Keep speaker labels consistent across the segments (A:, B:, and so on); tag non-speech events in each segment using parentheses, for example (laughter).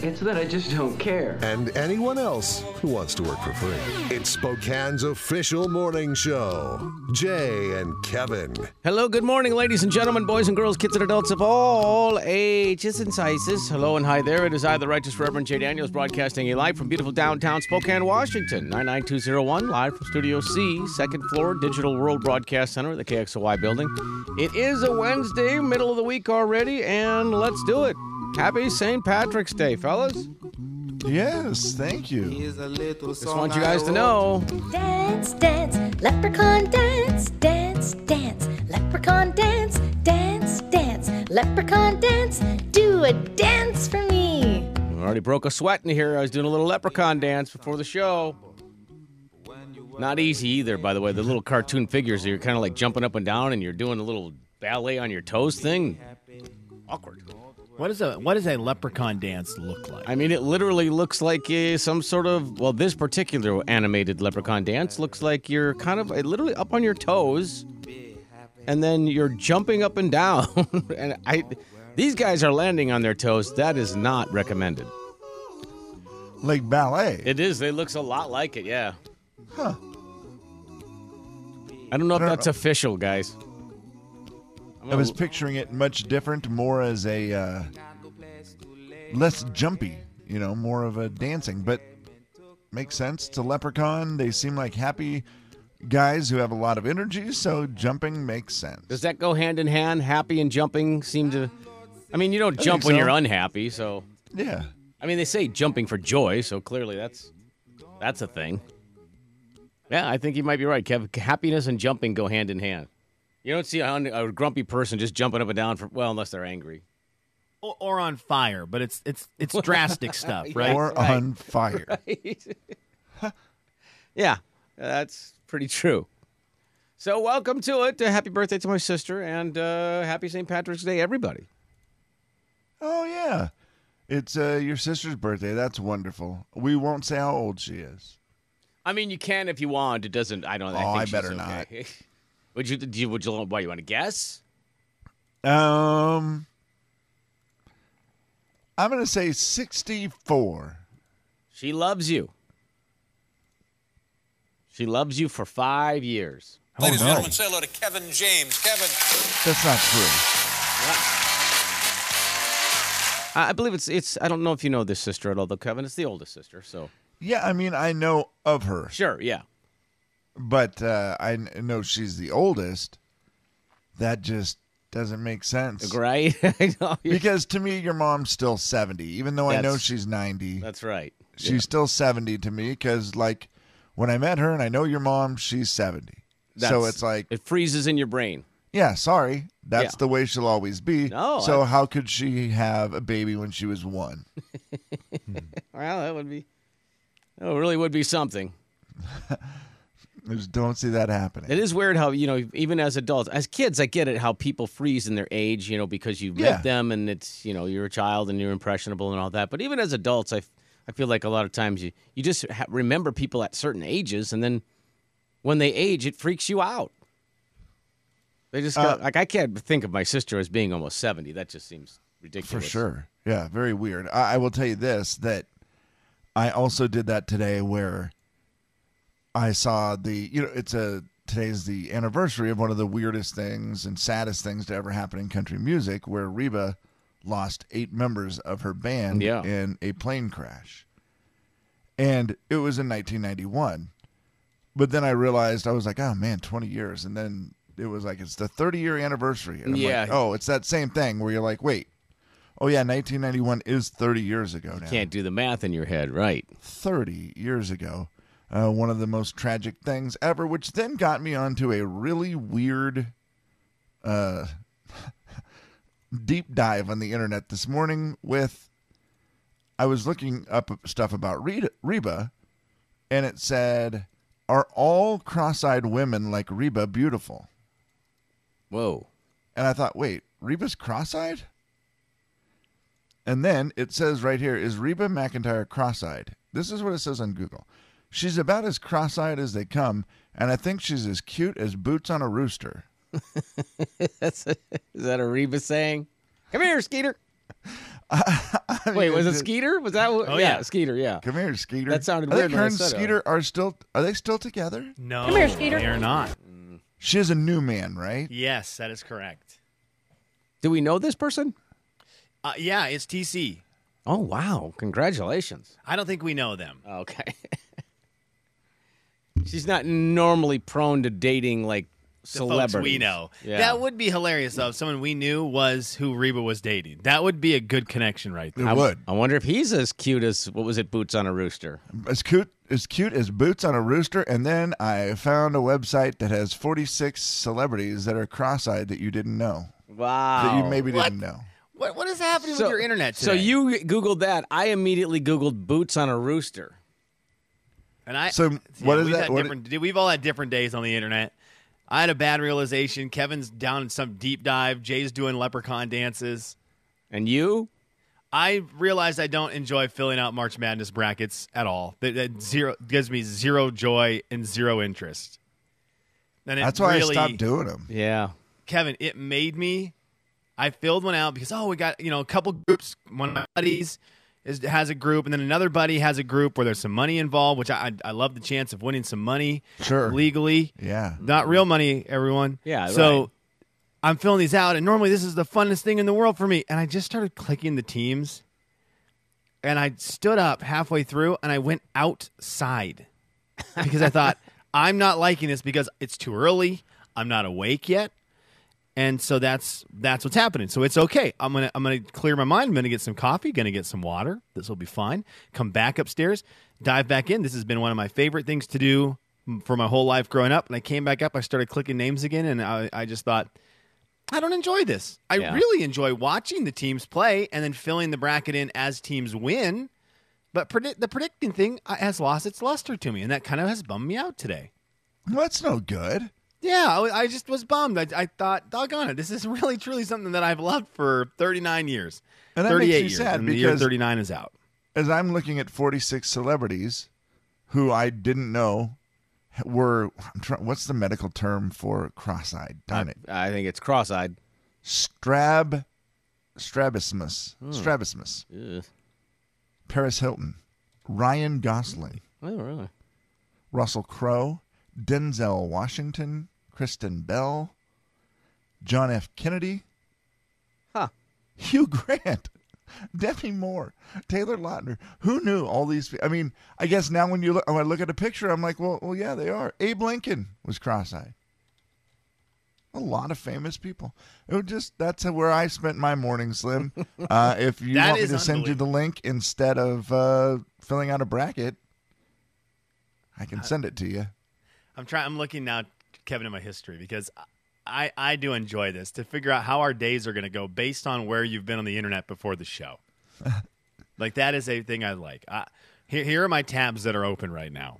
A: It's that I just don't care.
B: and anyone else who wants to work for free. It's Spokane's official morning show. Jay and Kevin.
C: Hello, good morning, ladies and gentlemen, boys and girls, kids and adults of all ages and sizes. Hello and hi there. It is I, the Righteous Reverend Jay Daniels, broadcasting a live from beautiful downtown Spokane, Washington, 99201, live from Studio C, second floor, Digital World Broadcast Center, the KXOY building. It is a Wednesday, middle of the week already, and let's do it. Happy St. Patrick's Day, fellas.
D: Yes, thank you.
C: Just want you guys to know.
E: Dance, dance, leprechaun dance, dance, dance, leprechaun dance, dance, dance, leprechaun dance, do a dance for me.
C: I already broke a sweat in here. I was doing a little leprechaun dance before the show. Not easy either, by the way. The little cartoon figures, you're kind of like jumping up and down and you're doing a little ballet on your toes thing. Awkward.
D: What is a what does a leprechaun dance look like?
C: I mean, it literally looks like uh, some sort of, well, this particular animated leprechaun dance looks like you're kind of uh, literally up on your toes and then you're jumping up and down. (laughs) and I, these guys are landing on their toes. That is not recommended.
D: Like ballet.
C: It is. It looks a lot like it. Yeah. Huh. I don't know if
D: I don't
C: that's official, guys. I'm
D: I was
C: gonna-
D: picturing it much different, more as a uh, less jumpy, you know, more of a dancing. But makes sense to leprechaun. They seem like happy guys who have a lot of energy, so jumping makes sense.
C: Does that go hand in hand? Happy and jumping seem to. I mean, you don't
D: I
C: jump
D: think
C: when
D: so.
C: you're unhappy, so.
D: yeah.
C: I mean, they say jumping for joy, so clearly that's that's a thing. Yeah, I think you might be right, Kev. Happiness and jumping go hand in hand. You don't see a, un- a grumpy person just jumping up and down for well, unless they're angry.
F: or, or on fire, but it's it's it's
D: (laughs)
F: drastic stuff, right?
D: Or on fire.
C: yeah, that's pretty true. So, welcome to it. Uh, happy birthday to my sister, and uh, happy St. Patrick's Day, everybody.
D: Oh yeah. It's uh, your sister's birthday. That's wonderful. We won't say how old she is.
C: I mean, you can if you want. It doesn't. I don't.
D: Oh,
C: I, think
D: I
C: she's
D: better
C: okay. (laughs) would you? Do you? Would you? Why you want to guess?
D: Um, I'm gonna say 64.
C: She loves you. She loves you for five years.
G: Ladies and gentlemen, say hello to Kevin James. Kevin.
D: Oh, That's not true.
C: I, I believe it's. It's. I don't know if you know this sister at all, though, Kevin. It's the oldest sister. So
D: Yeah, I mean I know of her,
C: sure, yeah.
D: but uh, I kn- know she's the oldest. That just doesn't make sense.
C: Right. (laughs) I know. You're-
D: Because to me, your mom's still 70, even though I know
C: That's-
D: she's 90.
C: That's right.
D: She's still 70 to me because, like, when I met her and I know your mom, she's 70. so
C: That's-
D: it's like,
C: it freezes in your brain.
D: yeah, sorry, that's
C: Yeah.
D: the way she'll always be.
C: No,
D: so
C: I-
D: how could she have a baby when she was one? (laughs)
C: Well, that would be. That Oh, really would be something.
D: I just don't see that happening.
C: It is weird how you know even as adults, as kids, I get it how people freeze in their age, you know, because you
D: Yeah.
C: met them and it's you know you're a child and you're impressionable and all that. But even as adults, I f- I feel like a lot of times you you just ha- remember people at certain ages, and then when they age, it freaks you out. They just got, like I can't think of my sister as being almost seventy. That just seems
D: for
C: ridiculous.
D: sure. Yeah, very weird. I, I will tell you this that I also did that today where I saw the you know it's a today's the anniversary of one of the weirdest things and saddest things to ever happen in country music where Reba lost eight members of her band
C: Yeah.
D: in a plane crash. And it was in 1991. But then I realized I was like, oh man, 20 years. And then it was like, it's the 30 year anniversary. And I'm
C: Yeah.
D: like, oh, it's that same thing where you're like, wait, oh yeah, 1991 is 30 years ago now.
C: Can't do the math in your head, right?
D: 30 years ago. Uh, one of the most tragic things ever, which then got me onto a really weird uh, (laughs) deep dive on the internet this morning with. I was looking up stuff about Rita, Reba, and it said, "Are all cross-eyed women like Reba beautiful?"
C: Whoa!
D: And I thought, wait, Reba's cross-eyed. And then it says right here, "Is Reba McIntyre cross-eyed?" This is what it says on Google. She's about as cross-eyed as they come, and I think she's as cute as boots on a rooster.
C: That's a, is that a Reba saying? Come here, Skeeter.
D: (laughs) I mean,
C: Wait, was it
D: just-
C: Skeeter? Was that? what-
F: Oh,
C: yeah.
F: yeah.
C: Skeeter. Yeah.
D: Come here, Skeeter.
C: That sounded
D: I think
C: weird when
D: her
C: I
D: and
C: said it.
D: Skeeter are still. Are they still together?
F: No,
H: Come here, Skeeter.
F: they're not.
D: She is a new man, right?
F: Yes, that is correct.
C: Do we know this person?
F: Uh, yeah, it's TC.
C: Oh wow! Congratulations.
F: I don't think we know them.
C: Okay. (laughs) She's not normally prone to dating like
F: The
C: celebrities.
F: folks we know.
C: Yeah.
F: That would be hilarious though. If someone we knew was who Reba was dating, that would be a good connection right there.
D: It would.
C: I wonder if he's as cute as what was it? Boots on a rooster.
D: As cute as cute as boots on a rooster. And then I found a website that has 46 celebrities that are cross-eyed that you didn't know,
C: Wow.
D: that you maybe
F: What?
D: didn't know.
F: What What is happening with your internet today?
C: So you googled that. I immediately googled boots on a rooster.
F: and I.
D: So what is
F: we've
D: that-
F: had
D: what-
F: different- we've all had different days on the internet. I had a bad realization. Kevin's down in some deep dive. Jay's doing leprechaun dances.
C: And you?
F: I realized I don't enjoy filling out March Madness brackets at all. That, that zero gives me zero joy and zero interest. And it
D: That's why
F: really-
D: I stopped doing them.
C: Yeah.
F: Kevin, it made me. I filled one out because oh, we got you know a couple groups. One of my buddies is, has a group, and then another buddy has a group where there's some money involved, which I I I love the chance of winning some money
D: Sure.
F: legally,
D: Yeah.
F: not real money, everyone.
C: Yeah,
F: So
C: right.
F: I'm filling these out, and normally this is the funnest thing in the world for me, and I just started clicking the teams, and I stood up halfway through, and I went outside because I thought I'm not liking this because it's too early. I'm not awake yet. And so that's that's what's happening. So it's okay. I'm gonna I'm gonna clear my mind. I'm gonna get some coffee. Gonna get some water. This will be fine. Come back upstairs. Dive back in. This has been one of my favorite things to do for my whole life growing up. And I came back up. I started clicking names again, and I, I just thought, I don't enjoy this. I
C: Yeah.
F: really enjoy watching the teams play and then filling the bracket in as teams win. But predict, the predicting thing uh, has lost its luster to me, and that kind of has bummed me out today.
D: Well, that's no good.
F: Yeah, I, wa- I just was bummed. I, I thought, doggone it, this is really truly something that I've loved for 39 years.
D: And that
F: 38
D: makes you
F: years,
D: sad
F: and the year
D: because-
F: 39 is out.
D: As I'm looking at 46 celebrities who I didn't know were, I'm trying, what's the medical term for cross-eyed? Darn it.
C: I think it's cross-eyed.
D: Strab, Strabismus,
F: Hmm.
D: Strabismus,
C: Ugh.
D: Paris Hilton, Ryan Gosling,
C: Oh, really?
D: Russell Crowe, Denzel Washington, Kristen Bell, John F. Kennedy,
C: Huh.
D: Hugh Grant, (laughs) Demi Moore, Taylor Lautner. Who knew all these? pe- I mean, I guess now when you look, when I look at a picture, I'm like, well, well, yeah, they are. Abe Lincoln was cross-eyed. A lot of famous people. It was just that's where I spent my morning,
F: (laughs)
D: Slim. Uh, if you
F: That
D: want me
F: is
D: to send you the
F: unbelievable.
D: link instead of uh, filling out a bracket, I
F: Uh,
D: can send it to you.
F: I'm trying. I'm looking now, Kevin, at my history because I I do enjoy this to figure out how our days are going to go based on where you've been on the internet before the
D: (laughs)
F: show. like that is a thing I like. I, here here are my tabs that are open right now.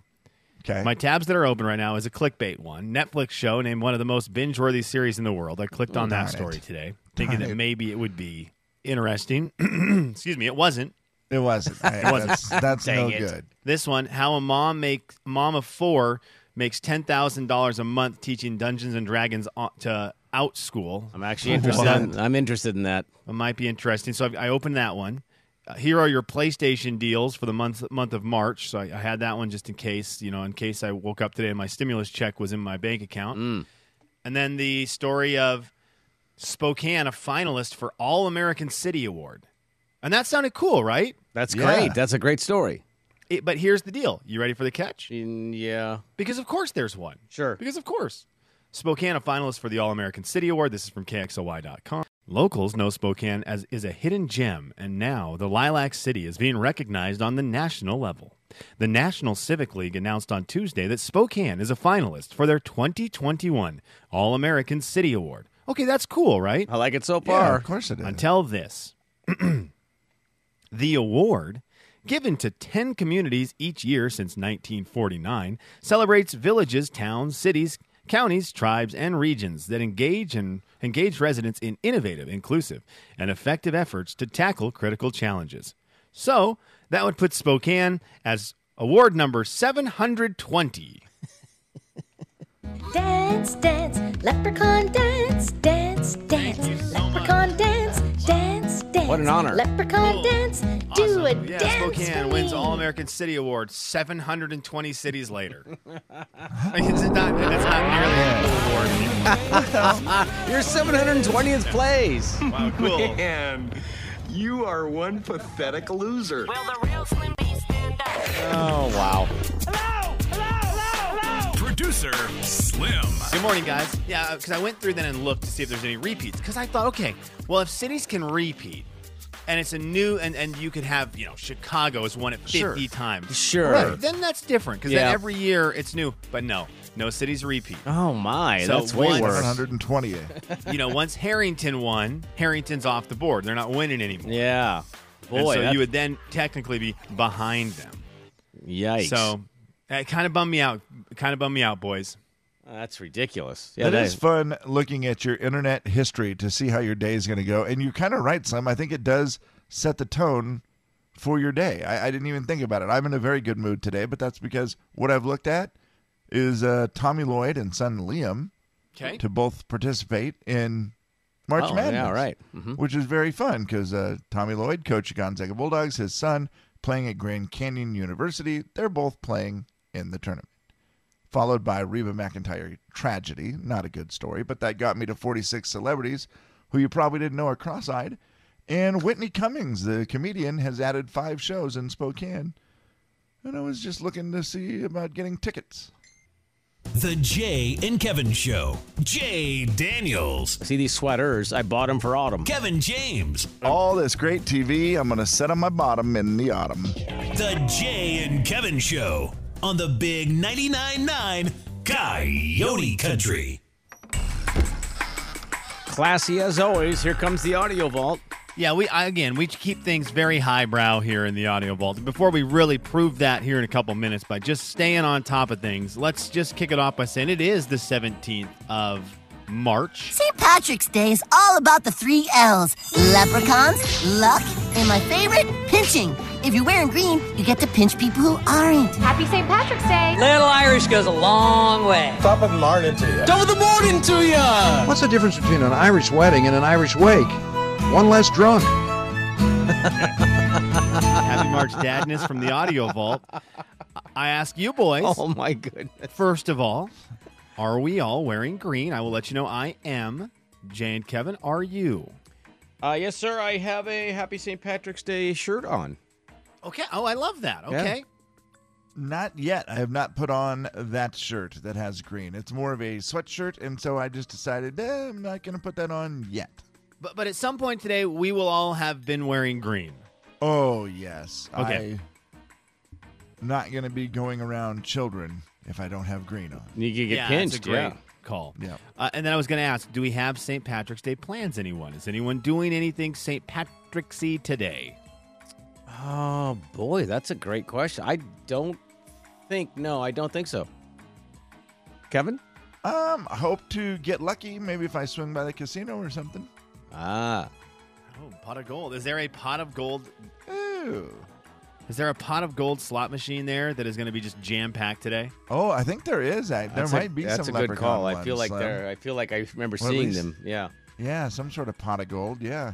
D: Okay.
F: My tabs that are open right now is a clickbait one Netflix show named one of the most binge worthy series in the world. I clicked on
D: Darn
F: that story
D: it.
F: today, thinking
D: Darn
F: that
D: it.
F: maybe it would be interesting. (clears throat) Excuse me, it wasn't.
D: it wasn't. it wasn't. That's, that's no
F: (laughs) Dang it.
D: good.
F: This one, how a mom makes mom of four makes ten thousand dollars a month teaching Dungeons and Dragons o- to out school.
C: I'm actually interested. In, I'm interested in that.
F: It might be interesting. So I, I opened that one. Uh, here are your PlayStation deals for the month month of March. So I, I had that one just in case, you know, in case I woke up today and my stimulus check was in my bank account. And then the story of Spokane, a finalist for All American City Award. And that sounded cool, right?
C: That's
D: Yeah.
C: great. That's a great story.
F: It, but here's the deal. You ready for the catch?
C: yeah.
F: Because of course there's one.
C: Sure.
F: Because of course. Spokane, a finalist for the All American City Award. This is from KXLY.com. Locals know Spokane as is a hidden gem, and now the Lilac City is being recognized on the national level. The National Civic League announced on Tuesday that Spokane is a finalist for their 2021 All American City Award, Okay, that's cool, right?
C: I like it so
D: far. of course it is.
F: Until this. (clears throat) the award, given to 10 communities each year since 1949, celebrates villages, towns, cities, counties, tribes, and regions that engage and engage residents in innovative, inclusive, and effective efforts to tackle critical challenges. So, that would put Spokane as award number 720.
E: Dance, dance, leprechaun dance, dance, dance, leprechaun dance, dance, dance.
C: What an honor.
E: Leprechaun dance, do a
F: Yeah,
E: dance.
F: Spokane
E: for
F: wins
E: me.
F: All American City Award 720 cities later. (laughs) I mean, it's not, that's not nearly a full award.
C: Your 720th place.
F: Wow, cool.
I: You are one pathetic loser.
C: (laughs) Oh, wow.
J: Producer Slim.
F: Good morning, guys. Yeah, because I went through then and looked to see if there's any repeats. Because I thought, okay, well, if cities can repeat, and it's a new, and, and you could have, you know, Chicago has won it 50
C: Sure.
F: times.
C: Sure.
F: Right, then that's different because
C: Yeah.
F: then every year it's new. But no, no cities repeat.
C: Oh, my.
F: So
C: that's way
F: once-
C: worse.
D: 120.
F: you know, once Harrington won, Harrington's off the board. They're not winning anymore.
C: Yeah.
F: And
C: Boy,
F: so
C: that-
F: you would then technically be behind them.
C: yikes.
F: So it kind of bummed me out. Kind of bummed me out, boys.
C: That's ridiculous. Yeah,
D: It is fun looking at your internet history to see how your day is going to go. And you're kind of right, Slim. I think it does set the tone for your day. I, I didn't even think about it. I'm in a very good mood today, but that's because what I've looked at is uh, Tommy Lloyd and son Liam
F: Okay.
D: to both participate in March
C: Oh,
D: Madness.
C: yeah, right.
D: Which is very fun because uh, Tommy Lloyd, coach of Gonzaga Bulldogs, his son playing at Grand Canyon University, they're both playing in the tournament. Followed by Reba McIntyre tragedy, not a good story, but that got me to 46 celebrities who you probably didn't know are cross eyed. And Whitney Cummings, the comedian, has added five shows in Spokane. And I was just looking to see about getting tickets.
J: The Jay and Kevin Show. Jay Daniels.
C: See these sweaters? I bought them for autumn.
J: Kevin James.
D: All this great TV, I'm going to set on my bottom in the autumn.
J: The Jay and Kevin Show on the Big 99.9 9 Coyote Country.
C: Classy as always. Here comes the audio vault.
F: Yeah, we I, again we keep things very highbrow here in the audio vault. Before we really prove that here in a couple minutes by just staying on top of things, let's just kick it off by saying it is the 17th of March.
K: St. Patrick's Day is all about the three L's leprechauns, luck, and my favorite, pinching. If you're wearing green, you get to pinch people who aren't.
E: Happy St. Patrick's Day.
L: Little Irish goes a long way.
M: Top of the morning to you.
L: Top of the morning to ya!
M: What's the difference between an Irish wedding and an Irish wake? One less drunk.
F: Happy March Dadness from the audio vault. I ask you boys.
C: Oh my goodness.
F: First of all, are we all wearing green? I will let you know I am. Jay and Kevin, are you?
C: Uh, yes, sir. I have a Happy St. Patrick's Day shirt on.
F: Okay. Oh, I love that.
C: Yeah.
F: Okay.
D: Not yet. I have not put on that shirt that has green. It's more of a sweatshirt, and so I just decided eh, I'm not going to put that on yet.
F: But but at some point today, we will all have been wearing green.
D: Oh yes.
F: Okay.
D: I'm not going to be going around children if I don't have green on.
C: You can get
F: yeah,
C: pinched.
F: That's a great
C: yeah.
F: call.
D: Yeah.
F: Uh, and then I was going to ask, do we have St. Patrick's Day plans? Anyone? Is anyone doing anything St. Patricksy today?
C: Oh boy, that's a great question. I don't think. No, I don't think so. Kevin?
D: Um, I hope to get lucky. Maybe if I swing by the casino or something.
C: Ah,
F: Oh, pot of gold. Is there a pot of gold?
D: Ooh.
F: Is there a pot of gold slot machine there that is going to be just jam packed today?
D: Oh, I think there is. I, there
C: that's
D: might
C: a,
D: be
C: that's
D: some
C: a good
D: leprechaun
C: call. I
D: ones,
C: feel like
D: Slim.
C: there. I feel like I remember
D: Or at
C: seeing
D: least-
C: them. Yeah.
D: Yeah, some sort of pot of gold. Yeah.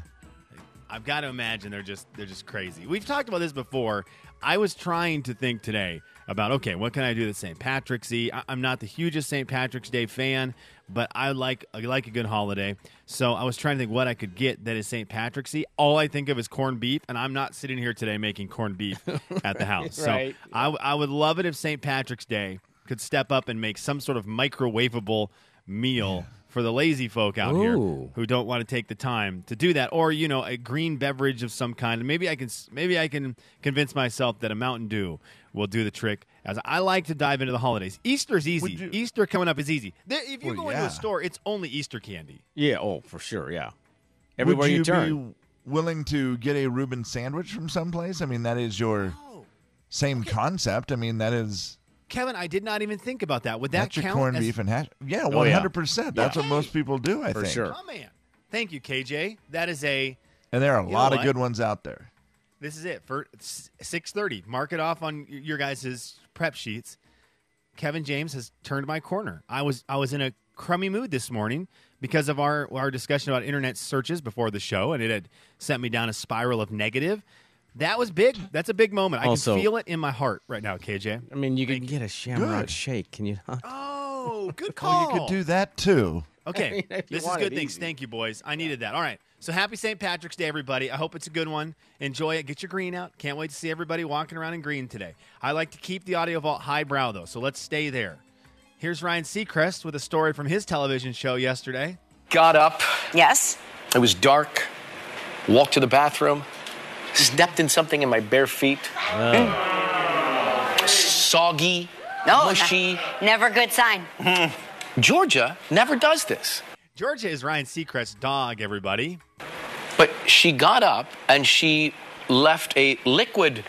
F: I've got to imagine they're just they're just crazy. We've talked about this before. I was trying to think today about okay, what can I do that's St. Patrick's Day? I- I'm not the hugest St. Patrick's Day fan, but I like I like a good holiday. So I was trying to think what I could get that is St. Patrick's Day. All I think of is corned beef, and I'm not sitting here today making corned
C: (laughs)
F: beef at the house.
C: Right.
F: So I, I would love it if St. Patrick's Day could step up and make some sort of microwavable meal for the lazy folk out here
C: Ooh.
F: who don't want to take the time to do that or you know a green beverage of some kind maybe i can maybe i can convince myself that a mountain dew will do the trick As I like to dive into the holidays. Easter's easy. Easter coming up is easy. There, if you
D: Well,
F: go
D: yeah.
F: into a store, it's only Easter candy.
C: Yeah. Oh, for sure. Yeah.
D: Would
C: Everywhere you,
D: you
C: turn.
D: Be willing to get a Reuben sandwich from someplace? I mean, that is your
F: Oh,
D: same concept. I mean, that is
F: Kevin, I did not even think about that. Would that
D: that's your
F: count
D: corned
F: as-
D: beef and hash. Yeah,
C: Oh,
D: one
C: yeah.
D: hundred percent. That's
C: Yeah.
D: what most people do. I
C: For
D: think
C: sure.
F: Oh man, thank you, KJ. That is a.
D: And there are a
F: You know
D: lot of
F: what?
D: good ones out there.
F: This is it for six thirty. Mark it off on y- your guys' prep sheets. Kevin James has turned my corner. I was I was in a crummy mood this morning because of our our discussion about internet searches before the show, and it had sent me down a spiral of negative. That was big. That's a big moment. I
C: Also-
F: can feel it in my heart right now, KJ.
C: I mean, you can get a shamrock
F: Good.
C: shake. Can you not?
F: Oh, good
D: Well,
F: call.
D: you could do that too.
F: (laughs) Okay,
C: I mean, if you
F: this is
C: want
F: good
C: it
F: things.
C: easy.
F: Thank you, boys. I needed that. All right, so happy St. Patrick's Day, everybody. I hope it's a good one. Enjoy it. Get your green out. Can't wait to see everybody walking around in green today. I like to keep the audio vault highbrow though, so let's stay there. Here's Ryan Seacrest with a story from his television show yesterday.
N: Got up.
O: Yes.
N: It was dark. Walked to the bathroom. Stepped in something in my bare feet. Soggy.
O: Oh. No.
N: Mushy.
O: Never good sign.
N: Mm. Georgia never does this.
F: Georgia is Ryan Seacrest's dog, everybody.
N: But she got up and she left a liquid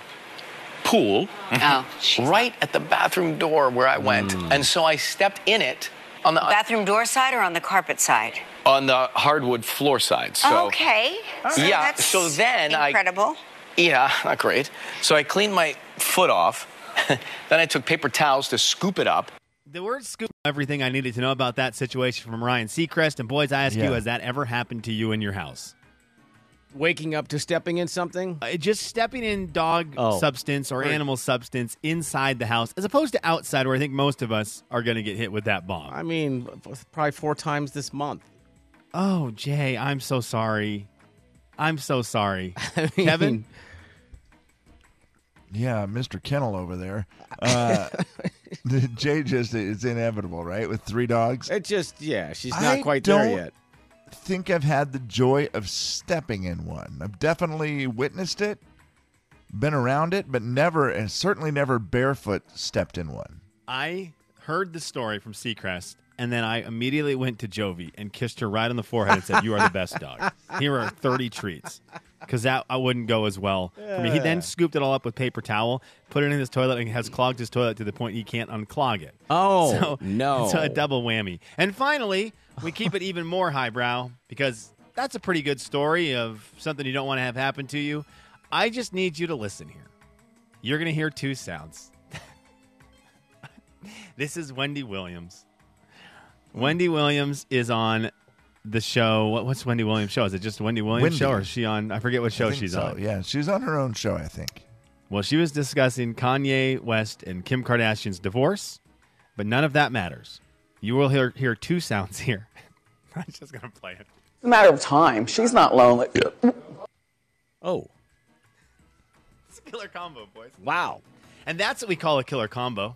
N: pool right at the bathroom door where I went. And so I stepped in it on the
O: Bathroom door side or on the carpet side?
N: on the hardwood floor side. So
O: okay. So
N: Yeah,
O: That's
N: so then I-
O: incredible.
N: Yeah, not great. So I cleaned my foot off. then I took paper towels to scoop it up.
F: The word scoop. Everything I needed to know about that situation from Ryan Seacrest. And boys, I ask
N: Yeah.
F: you, has that ever happened to you in your house?
C: Waking up to stepping in something?
F: Uh, just stepping in dog
C: Oh.
F: substance or
C: Right.
F: animal substance inside the house, as opposed to outside, where I think most of us are going to get hit with that bomb.
C: I mean, f- probably four times this month. (laughs)
F: Oh, Jay, I'm so sorry. I'm so sorry,
C: (laughs) mean-
F: Kevin.
D: Yeah, Mr. Kennel over there.
F: (laughs)
D: Uh, (laughs) Jay just is inevitable, right? With three dogs.
C: It just, yeah, she's not
D: I
C: quite
D: don't
C: there yet.
D: Think I've had the joy of stepping in one. I've definitely witnessed it, been around it, but never, and certainly never barefoot stepped in one.
F: I heard the story from Seacrest, and then I immediately went to Jovi and kissed her right on the forehead and said, "You are the best
C: (laughs)
F: dog. Here are 30 treats." Because that I wouldn't go as well for me. He
C: Yeah.
F: then scooped it all up with paper towel, put it in his toilet, and has clogged his toilet to the point he can't unclog it.
C: Oh,
F: (laughs)
D: (laughs)
F: So-
C: no.
F: So a double whammy. And finally, we keep it even more highbrow because that's a pretty good story of something you don't want to have happen to you. I just need you to listen here. You're going to hear two sounds. (laughs) this is Wendy Williams. Wendy Williams is on the show. What, what's Wendy Williams' show? Is it just Wendy Williams'
D: Wendy.
F: show or is she on? I forget what show
D: I think
F: she's
D: so.
F: on.
D: Yeah, she's on her own show, I think.
F: Well, she was discussing Kanye West and Kim Kardashian's divorce, but none of that matters. You will hear, hear two sounds (laughs) here. I'm just going to play it.
P: It's a matter of time. She's not lonely.
C: Oh.
F: It's a killer combo, boys.
C: (laughs) Wow.
F: And that's what we call a killer combo.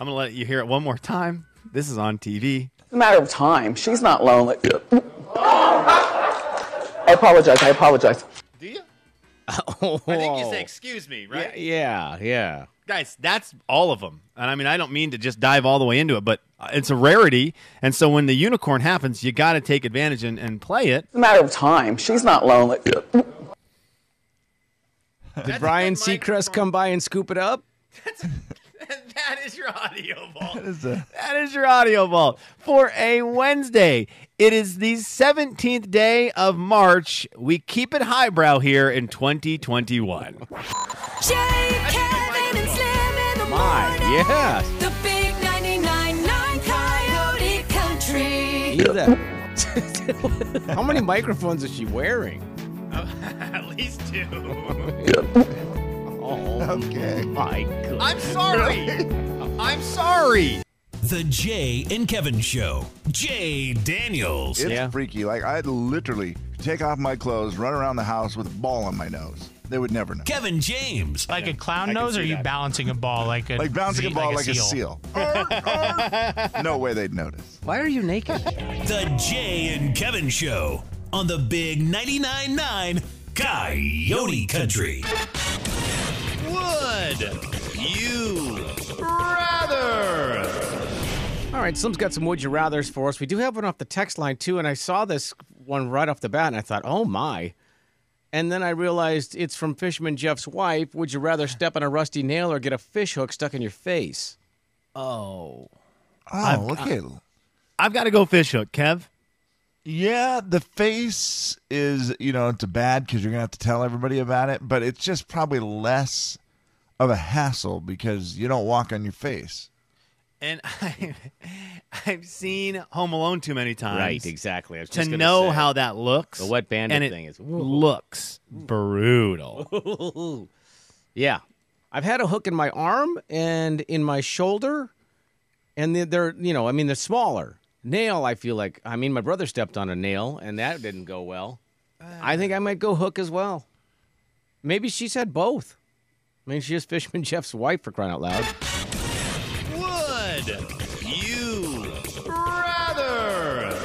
F: I'm going to let you hear it one more time. This is on TV.
P: It's a matter of time. She's not lonely. I apologize. I apologize.
C: Oh.
F: I think you say, excuse me, right?
C: Yeah, yeah.
F: Guys, that's all of them. And I mean, I don't mean to just dive all the way into it, but uh, it's a rarity. And so when the unicorn happens, you got to take advantage and, and play (laughs) it.
P: It's a matter of time. She's not lonely.
C: Did Brian Seacrest come by and scoop it up?
F: that is your audio vault. That
D: is, a-
F: that is your audio vault for a Wednesday. It is the 17th day of March. We keep it highbrow here in 2021.
H: Jay, Kevin, and Slim in the
F: My, yes.
H: The big 99.9 Coyote Country.
C: Hear that? (laughs) How many microphones is she wearing?
F: (laughs) At least two.
C: Oh, okay. my God.
F: I'm sorry. I'm sorry.
J: The Jay and Kevin Show. Jay Daniels.
D: It's freaky. Like I'd literally take off my clothes, run around the house with a ball on my nose. They would never know.
J: Kevin James.
Q: Like a clown nose, or are you balancing a ball like a
D: Like bouncing a
Q: ze-
D: ball like, a seal. Arr, arr. (laughs) no way they'd notice.
C: Why are you naked?
J: The Jay and Kevin Show on the Big 99.9 9 Coyote Country.
F: Would you
C: rather. All right, Slim's got some would you rather's for us. We do have one off the text line too, and I saw this one right off the bat, and I thought, oh my. And then I realized it's from Fisherman Jeff's wife. Would you rather step on a rusty nail or get a fish hook stuck in your face?
F: Oh.
D: Oh, look at
F: I've got to go fish hook, Kev.
D: Yeah, the face is, you know, it's bad because you're going to have to tell everybody about it, but it's just probably less of a hassle because you don't walk on your face.
F: And (laughs) I, I've seen Home Alone too many times.
C: Right, exactly. I was
F: to
C: just gonna
F: know
C: say.
F: how that looks.
C: The wet bandit
F: and it
C: thing is-
F: looks
C: (laughs)
F: brutal.
C: yeah. I've had a hook in my arm and in my shoulder, and they're, they're you know, I mean, they're smaller. Nail, I feel like, I mean, my brother stepped on a nail, and that didn't go well. I think I might go hook as well. Maybe she said both. I mean, she is Fishman (laughs) Jeff's wife for crying out loud.
J: Would you rather?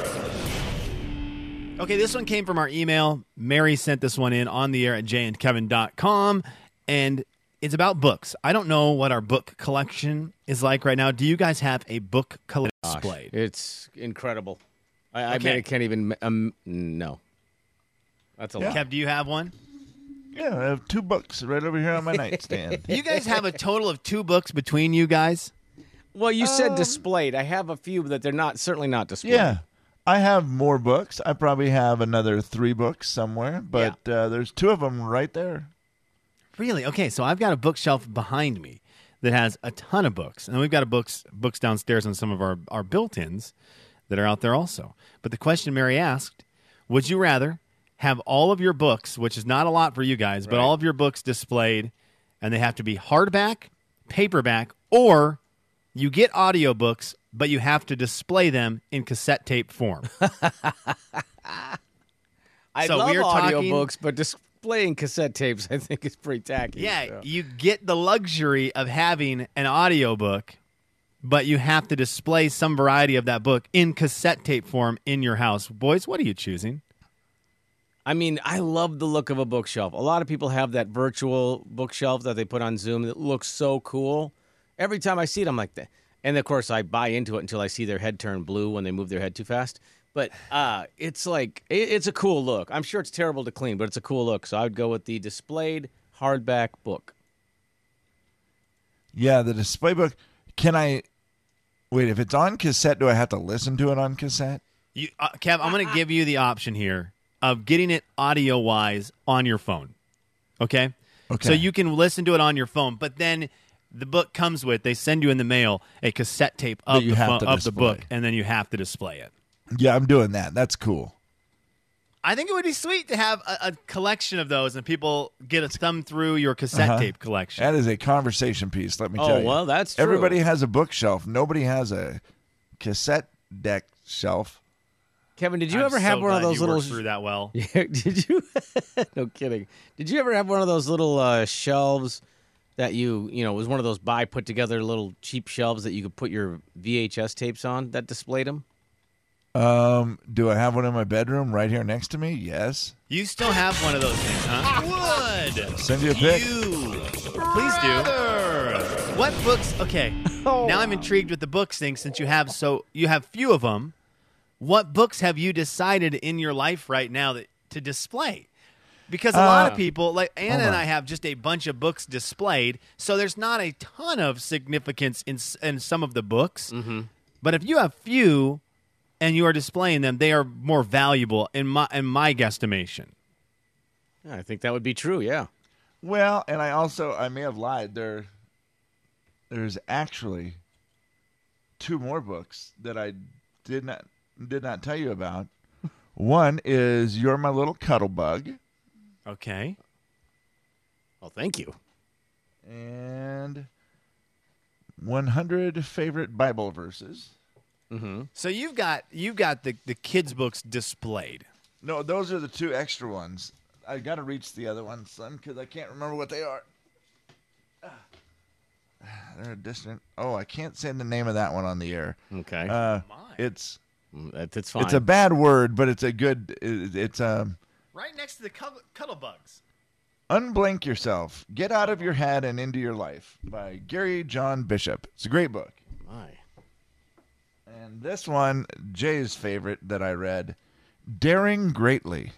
F: Okay, this one came from our email. Mary sent this one in on the air at jandkevin.com, and it's about books. I don't know what our book collection is like right now. Do you guys have a book collection
C: Oh Gosh,
F: display?
C: It's incredible. I, I mean,
F: Okay.
C: I can't even. Um, no, that's a lot.
F: Kev, do you have one?
D: Yeah, I have two books right over here on my nightstand.
F: (laughs) You guys have a total of two books between you guys?
C: Well, you said displayed. I have a few that they're not certainly not displayed.
D: Yeah. I have more books. I probably have another three books somewhere, but uh, there's two of them right there.
F: Really? Okay, so I've got a bookshelf behind me that has a ton of books. And we've got a books books downstairs on some of our, our built-ins that are out there also. But the question Mary asked, would you rather have all of your books, which is not a lot for you guys, but all of your books displayed and they have to be hardback, paperback, or you get audiobooks, but you have to display them in cassette tape form.
C: (laughs) I
F: So
C: love
F: we are talking-
C: audiobooks, but displaying cassette tapes, (laughs) I think, is pretty tacky.
F: Yeah,
C: so.
F: you get the luxury of having an audiobook, but you have to display some variety of that book in cassette tape form in your house. Boys, what are you choosing?
C: I mean, I love the look of a bookshelf. A lot of people have that virtual bookshelf that they put on Zoom that looks so cool. Every time I see it, I'm like, "Th-" and of course, I buy into it until I see their head turn blue when they move their head too fast. But uh, it's like, it, it's a cool look. I'm sure it's terrible to clean, but it's a cool look. So I would go with the displayed hardback book.
D: Yeah, the display book. Can I wait? If it's on cassette, do I have to listen to it on cassette?
F: You, uh, Kev, I'm going to give you the option here of getting it audio wise on your phone. Okay?
D: Okay.
F: So you can listen to it on your phone, but then the book comes with, they send you in the mail a cassette tape
D: That
F: of,
D: you
F: the,
D: have
F: phone,
D: to
F: of the book,
D: display.
F: and then you have to display it.
D: Yeah, I'm doing that. That's cool.
F: I think it would be sweet to have a, a collection of those, and people get a thumb through your cassette
D: Uh-huh.
F: tape collection.
D: That is a conversation piece. Let me
F: Oh,
D: tell you.
F: well, that's true.
D: everybody has a bookshelf. Nobody has a cassette deck shelf.
C: Kevin, did you
F: I'm
C: ever have
F: so
C: one of
F: glad
C: those
F: you
C: little?
F: worked through that well?
C: Yeah, (laughs) did you? no kidding. Did you ever have one of those little uh, shelves that you you know was one of those buy put together little cheap shelves that you could put your VHS tapes on that displayed them?
D: Um, do I have one in my bedroom right here next to me? Yes.
F: You still have one of those things, huh?
J: Would
D: Send you a pic.
F: Please do. What books?
D: (laughs)
F: Okay,
D: Oh.
F: now I'm intrigued with the books thing since you have so you have few of them. What books have you decided in your life right now that to display? Because a lot
D: Uh,
F: of people, like Anna
D: hold
F: and
D: on.
F: I, have just a bunch of books displayed, so there's not a ton of significance in s- in some of the books.
C: Mm-hmm.
F: But if you have few and you are displaying them, they are more valuable in my in my guesstimation.
C: Yeah, I think that would be true. Yeah.
D: Well, and I also I may have lied. There, there's actually two more books that I did not did not tell you about. One is "You're My Little Cuddle Bug,"
F: Okay.
C: Well, thank you.
D: and "100 Favorite Bible Verses."
C: Mm-hmm.
F: So you've got you've got the the kids books displayed.
D: No, those are the two extra ones. I got to reach the other ones, son, because I can't remember what they are. (sighs) They're distant. Oh, I can't say the name of that one on the air.
C: Okay.
D: Uh,
C: Mm,
D: it's
C: That, that's fine.
D: It's a bad word, but it's a good. it- It's um.
F: Right next to the cuddle, cuddle bugs.
D: Unblank Yourself Get Out of Your Head and Into Your Life by Gary John Bishop. It's a great book.
C: My.
D: And this one, Jay's favorite that I read Daring Greatly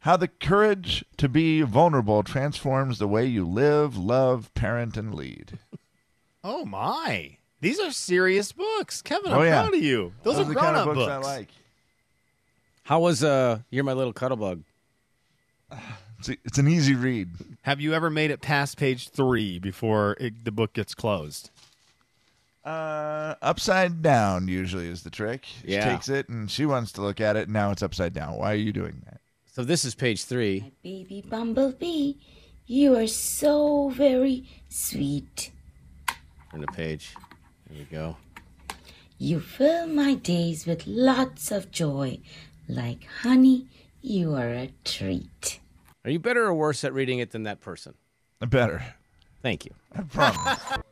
D: How the Courage to Be Vulnerable Transforms the Way You Live, Love, Parent, and Lead.
F: Oh my! These are serious books, Kevin.
D: Oh,
F: I'm
D: yeah.
F: proud of you. Those,
D: Those
F: are
D: are the kind
F: grown-up
D: of books I like.
C: How was uh? You're my little cuddle bug.
D: It's, it's an easy read.
F: Have you ever made it past page three before it, the book gets closed?
D: Uh, upside down usually is the trick.
C: Yeah.
D: She takes it and she wants to look at it. And now it's upside down. Why are you doing that?
C: So this is page three.
E: Baby Bumblebee, you are so very sweet.
C: Turn the page. There we go.
E: You fill my days with lots of joy. Like honey, you are a treat.
C: Are you better or worse at reading it than that person?
D: Better.
F: (laughs)
C: Thank you.
D: I promise.